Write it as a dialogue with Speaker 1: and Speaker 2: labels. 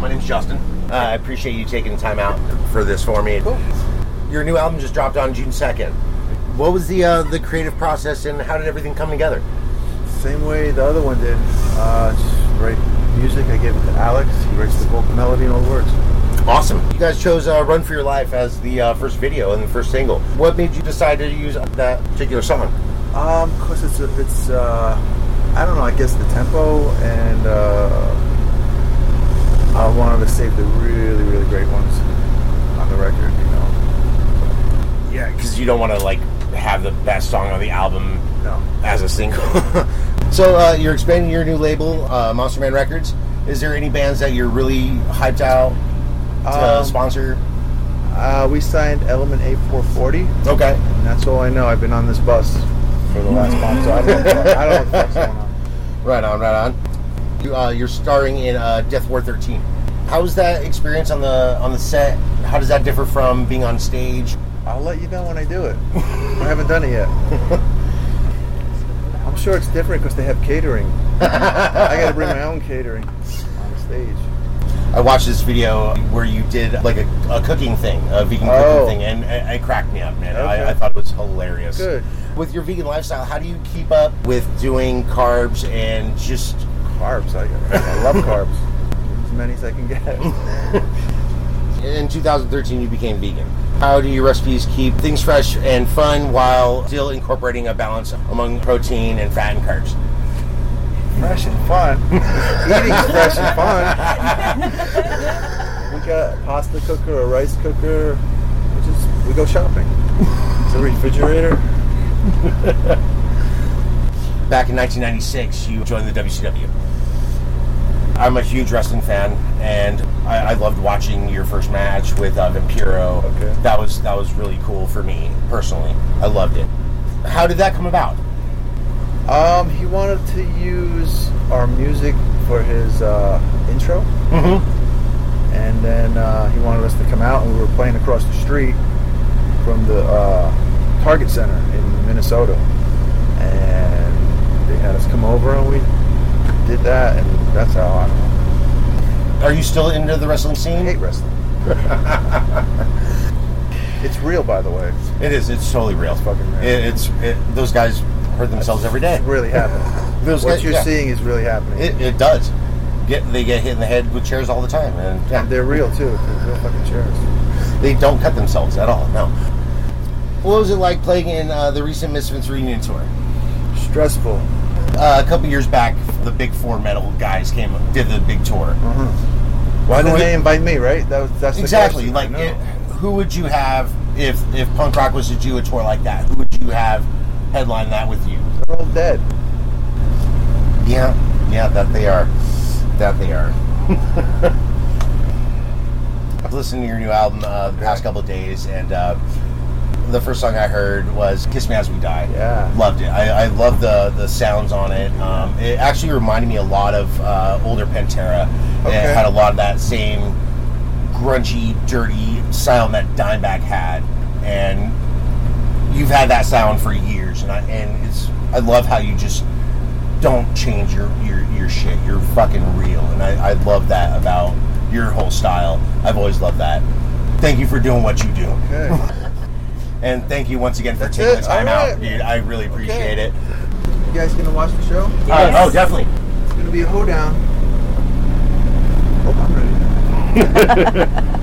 Speaker 1: My name's Justin. Uh, I appreciate you taking the time out for this for me.
Speaker 2: Cool.
Speaker 1: Your new album just dropped on June second. What was the uh, the creative process and how did everything come together?
Speaker 2: Same way the other one did. Uh, just write music. I gave it to Alex. He writes the vocal melody and all the words.
Speaker 1: Awesome. You guys chose uh, "Run for Your Life" as the uh, first video and the first single. What made you decide to use that particular song?
Speaker 2: Um, cause it's a, it's uh, I don't know. I guess the tempo and uh, I wanted to save the really really great ones on the record. You know.
Speaker 1: Yeah, because you don't want to like have the best song on the album
Speaker 2: No.
Speaker 1: as a single. so uh, you're expanding your new label, uh, Monster Man Records. Is there any bands that you're really hyped out to
Speaker 2: Um,
Speaker 1: sponsor?
Speaker 2: Uh, we signed Element A440.
Speaker 1: Okay.
Speaker 2: And that's all I know. I've been on this bus for the last month, so I don't know, I don't know what the fuck's going on.
Speaker 1: Right on, right on. You, uh, you're starring in uh, Death War 13. How was that experience on the on the set? How does that differ from being on stage?
Speaker 2: I'll let you know when I do it. I haven't done it yet. I'm sure it's different because they have catering. I got to bring my own catering on stage.
Speaker 1: I watched this video where you did like a, a cooking thing, a vegan
Speaker 2: Oh.
Speaker 1: cooking thing, and it, it cracked me up, man.
Speaker 2: Okay.
Speaker 1: I, I thought it was hilarious.
Speaker 2: Good.
Speaker 1: With your vegan lifestyle, how do you keep up with doing carbs and just?
Speaker 2: Carbs, I, I love carbs. As many as I can get.
Speaker 1: In 2013, you became vegan. How do your recipes keep things fresh and fun while still incorporating a balance among protein and fat and carbs?
Speaker 2: Fresh and fun. Eating's fresh and fun. We got a pasta cooker, a rice cooker. We just we go shopping. It's a refrigerator.
Speaker 1: Back in 1996, you joined the WCW. I'm a huge wrestling fan, and I, I loved watching your first match with uh, Vampiro.
Speaker 2: Okay.
Speaker 1: That was that was really cool for me personally. I loved it. How did that come about?
Speaker 2: Um, he wanted to use our music for his uh, intro,
Speaker 1: Mm-hmm.
Speaker 2: and then uh, he wanted us to come out, and we were playing across the street from the uh, Target Center in Minnesota, and they had us come over, and we did that, and that's how I, don't know.
Speaker 1: Are you still into the wrestling
Speaker 2: I hate
Speaker 1: scene?
Speaker 2: wrestling. it's real, by the way.
Speaker 1: It is. It's totally real. It's
Speaker 2: fucking real.
Speaker 1: It, it's it, those guys hurt themselves every day.
Speaker 2: It's really happening.
Speaker 1: Those
Speaker 2: what
Speaker 1: guys-
Speaker 2: you're
Speaker 1: yeah.
Speaker 2: seeing is really happening.
Speaker 1: It, it does. Get they get hit in the head with chairs all the time, and yeah,
Speaker 2: And they're real too. They're real fucking chairs.
Speaker 1: they don't cut themselves at all. No. What was it like playing in uh, the recent Misfits reunion tour?
Speaker 2: Stressful.
Speaker 1: Uh, a couple years back, the Big Four metal guys came did the big tour.
Speaker 2: Why did
Speaker 1: Who-
Speaker 2: not Mm-hmm. they invite me? Right? That was that's the
Speaker 1: Exactly.
Speaker 2: question.
Speaker 1: Like,
Speaker 2: I know.
Speaker 1: it, who would you have if if punk rock was to do a tour like that? Who would you have headline that with you?
Speaker 2: they're all dead.
Speaker 1: Yeah, yeah, that they are, that they are. I've listened to your new album uh, the past couple of days, and uh, the first song I heard was "Kiss Me As We Die."
Speaker 2: Yeah.
Speaker 1: loved it. I, I love the the sounds on it. Um, it actually reminded me a lot of uh, older Pantera.
Speaker 2: Okay.
Speaker 1: It had a lot of that same grungy, dirty sound that Dimebag had, and you've had that sound for years, and I, and it's I love how you just don't change your your, your shit. You're fucking real, and I, I love that about your whole style. I've always loved that. Thank you for doing what you do,
Speaker 2: Okay.
Speaker 1: and thank you once again for
Speaker 2: That's
Speaker 1: taking
Speaker 2: it?
Speaker 1: the time
Speaker 2: All
Speaker 1: out,
Speaker 2: right.
Speaker 1: dude. I really appreciate it.
Speaker 2: you guys gonna watch the show?
Speaker 1: Uh, oh, definitely.
Speaker 2: Oh, It's gonna be a hoedown. Hope I'm ready.